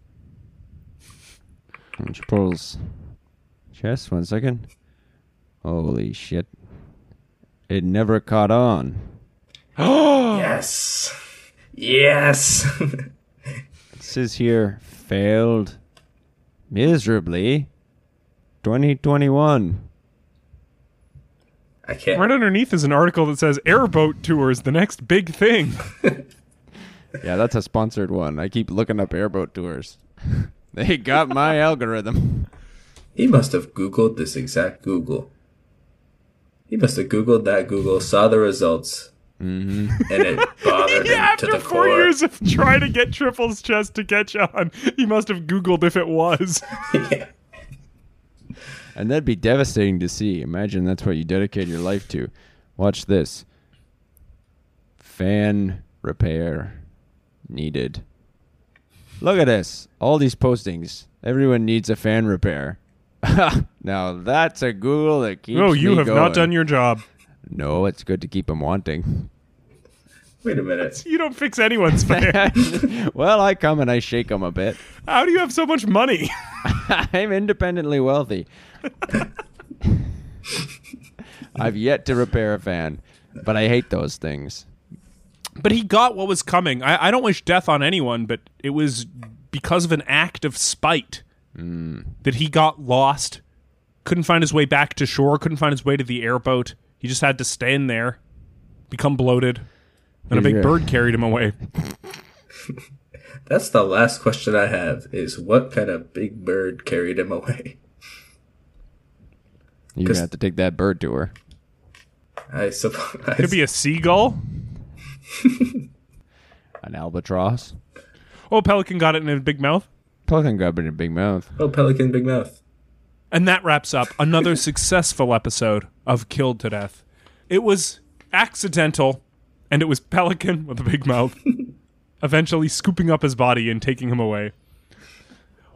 Triples chess. One second. Holy shit! It never caught on.
Oh.
yes, yes.
It says here failed miserably. 2021.
I can't.
Right underneath is an article that says airboat tours the next big thing.
Yeah, that's a sponsored one. I keep looking up airboat tours. they got my algorithm.
He must have Googled this exact Google. He must have Googled that Google, saw the results,
Mm-hmm.
and it bothered him to
After
the
four
core.
years of trying to get Triple's chest to catch on, he must have Googled if it was.
Yeah.
And that'd be devastating to see. Imagine that's what you dedicate your life to. Watch this. Fan repair needed. Look at this. All these postings. Everyone needs a fan repair. now that's a Google that keeps
No, Oh, you
me
have
going.
not done your job.
No, it's good to keep them wanting.
Wait a minute.
You don't fix anyone's fan.
well, I come and I shake them a bit.
How do you have so much money?
I'm independently wealthy. I've yet to repair a fan, but I hate those things.
But he got what was coming. I, I don't wish death on anyone, but it was because of an act of spite
Hmm.
that he got lost, couldn't find his way back to shore, couldn't find his way to the airboat. He just had to stand there, become bloated, and a big
Yeah.
bird carried him away.
That's the last question I have is what kind of big bird carried him away?
You're gonna have to take that bird to her.
I suppose.
Could be a seagull.
An albatross.
Oh, pelican got it in his big mouth.
Pelican grub in a big mouth.
oh, pelican big mouth.
And that wraps up another successful episode of Killed to Death. It was accidental, and it was Pelican with a big mouth eventually scooping up his body and taking him away.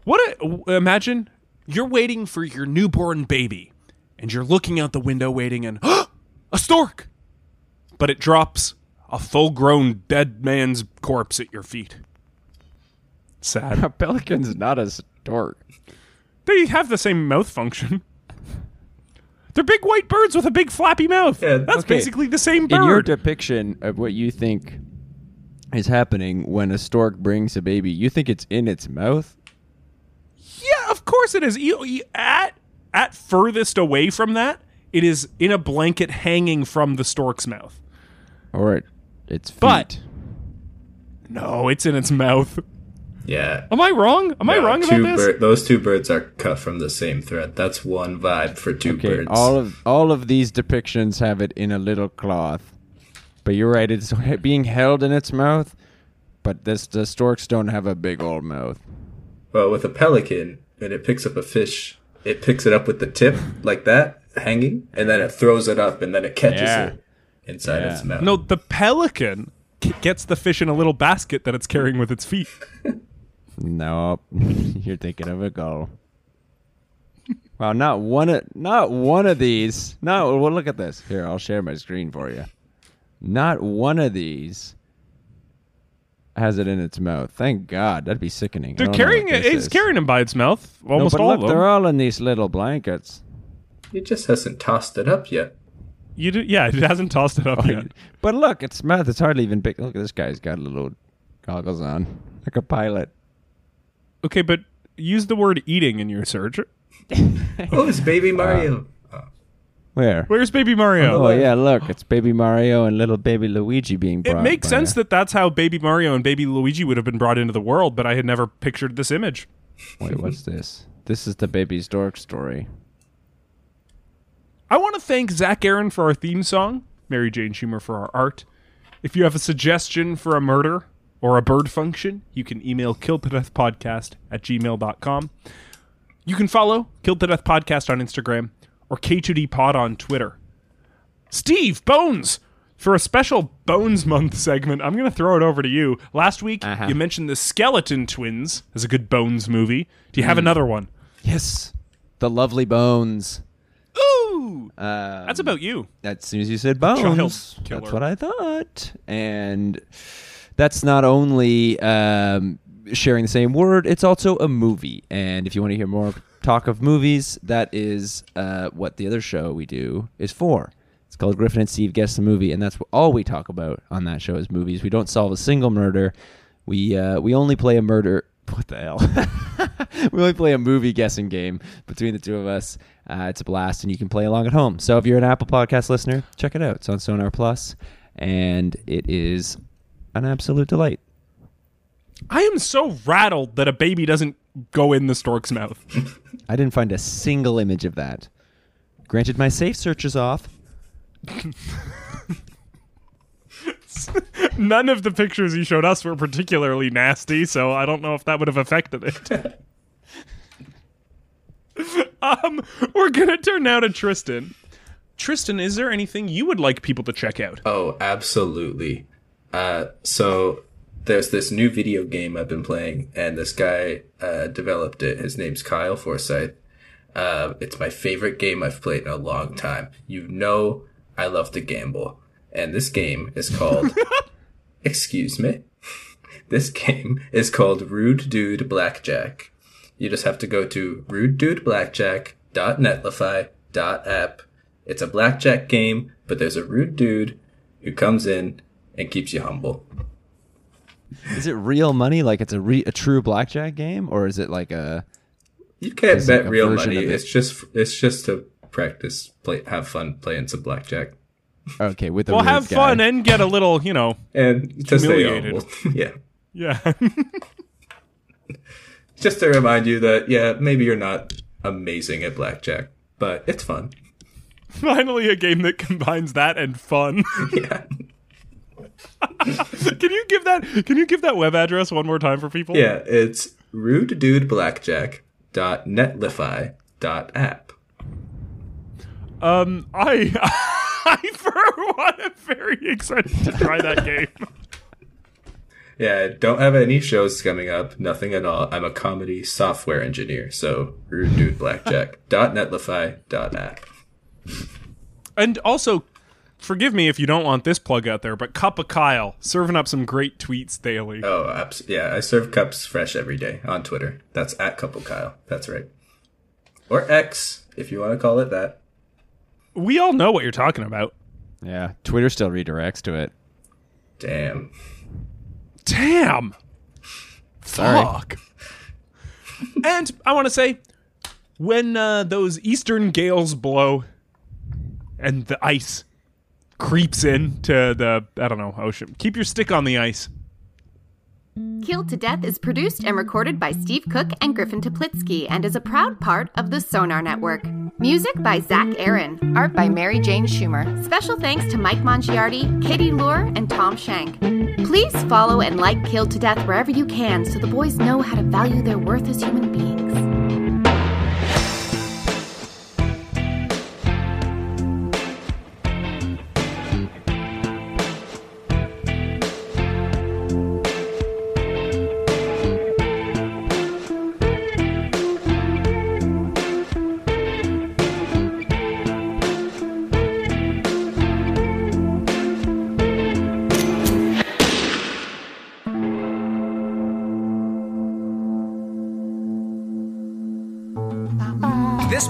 What a, imagine you're waiting for your newborn baby, and you're looking out the window waiting, and a stork! But it drops a full grown dead man's corpse at your feet. Sad.
A pelican's not a stork.
They have the same mouth function. They're big white birds with a big flappy mouth.
Yeah,
That's
okay.
basically the same
In your
bird.
depiction of what you think is happening when a stork brings a baby, you think it's in its mouth?
yeah, of course it is. E- e- At at furthest away from that, it is in a blanket hanging from the stork's mouth.
Or it, its feet?
But- No, it's in its mouth.
Yeah.
Am I wrong? Am I
No,
wrong
two
about this?
bir- those two birds are cut from the same thread. That's one vibe for two
okay,
birds.
all of all of these depictions have it in a little cloth. But you're right, it's being held in its mouth. But this, the storks don't have a big old mouth.
Well, with a pelican, when it picks up a fish, it picks it up with the tip like that, hanging, and then it throws it up, and then it catches
Yeah.
it inside its mouth.
No, the pelican c- gets the fish in a little basket that it's carrying with its feet.
Nope, you're thinking of a gull. Wow, not one of not one of these. No, well, look at this. Here, I'll share my screen for you. Not one of these has it in its mouth. Thank God, that'd be sickening. I
They're
don't know
carrying
what
it.
this
It's
is.
carrying him by its mouth.
No,
Almost
but
all
look,
of them.
they're all in these little blankets.
It just hasn't tossed it up yet.
you do, yeah, it hasn't tossed it up yet.
But look, its mouth is hardly even big. Look, this guy's got little goggles on, like a pilot.
Okay, but use the word eating in your search.
Oh, it's Baby Mario.
Where?
Where's Baby Mario?
Oh yeah, look, it's Baby Mario and little baby Luigi being
it
brought.
makes
by
sense
a-
that that's how Baby Mario and Baby Luigi would have been brought into the world, but I had never pictured this image.
Wait, what's this? This is the baby stork story.
I want to thank Zach Aaron for our theme song, Mary Jane Schumer for our art. If you have a suggestion for a murder or a bird function, you can email killtodeathpodcast at gmail.com. You can follow Killed to Death Podcast on Instagram or K2D Pod on Twitter. Steve Bones, for a special Bones Month segment, I'm going to throw it over to you. Last week, you mentioned the Skeleton Twins as a good Bones movie. Do you have another one?
Yes, the lovely bones.
Ooh! that's about you.
As soon as you said bones,
Child killer.
that's what I thought. And that's not only um, sharing the same word; it's also a movie. And if you want to hear more talk of movies, that is uh, what the other show we do is for. It's called Griffin and Steve Guess the Movie, and that's what, all we talk about on that show is movies. We don't solve a single murder. We uh, we only play a murder. What the hell? we only play a movie guessing game between the two of us. Uh, it's a blast, and you can play along at home. So if you're an Apple Podcast listener, check it out. It's on Sonar Plus, and it is an absolute delight.
I am so rattled that a baby doesn't go in the stork's mouth.
I didn't find a single image of that. Granted, my safe search is off.
None of the pictures he showed us were particularly nasty, so I don't know if that would have affected it. um, we're gonna turn now to Tristan. Tristan, is there anything you would like people to check out?
Oh, absolutely. Uh, so there's this new video game I've been playing, and this guy uh, developed it. His name's Kyle Forsyth. Uh, it's my favorite game I've played in a long time. You know, I love to gamble, and this game is called. excuse me. This game is called Rude Dude Blackjack. You just have to go to rudedudeBlackjack.netlify.app It's a blackjack game, but there's a rude dude who comes in and keeps you humble.
Is it real money? Like it's a re- a true blackjack game, or is it like a
You can't
It's like
bet
a
real
version
money.
of it.
It's just it's just to practice, play, have fun playing some blackjack,
okay with a
Well,
rude
have
guy?
fun eh? and get a little, you know.
and to stay
Humiliated.
humble. yeah,
Yeah.
just to remind you that yeah, maybe you're not amazing at blackjack, but it's fun.
Finally, a game that combines that and fun.
Yeah,
can you give that? Can you give that web address one more time for people?
yeah. It's rudedudeblackjack.netlify.app.
Um, I, I for one am very excited to try that game.
Yeah, I don't have any shows coming up, nothing at all. I'm a comedy software engineer, so rudedudeblackjack.netlify.app.
and also, forgive me if you don't want this plug out there, but Cup of Kyle serving up some great tweets daily.
Oh, abs- yeah, I serve cups fresh every day on Twitter. That's at Couple Kyle. That's right. Or X, if you want to call it that.
We all know what you're talking about.
yeah, Twitter still redirects to it.
Damn.
Damn. Fuck. and I want to say, when uh, those eastern gales blow, and the ice creeps in to the I don't know ocean, keep your stick on the ice.
Killed to Death is produced and recorded by Steve Cook and Griffin Toplitsky and is a proud part of the Sonar Network. Music by Zach Aaron. Art by Mary Jane Schumer. Special thanks to Mike Mongiardi, Katie Lure, and Tom Shank. Please follow and like Killed to Death wherever you can so the boys know how to value their worth as human beings.
This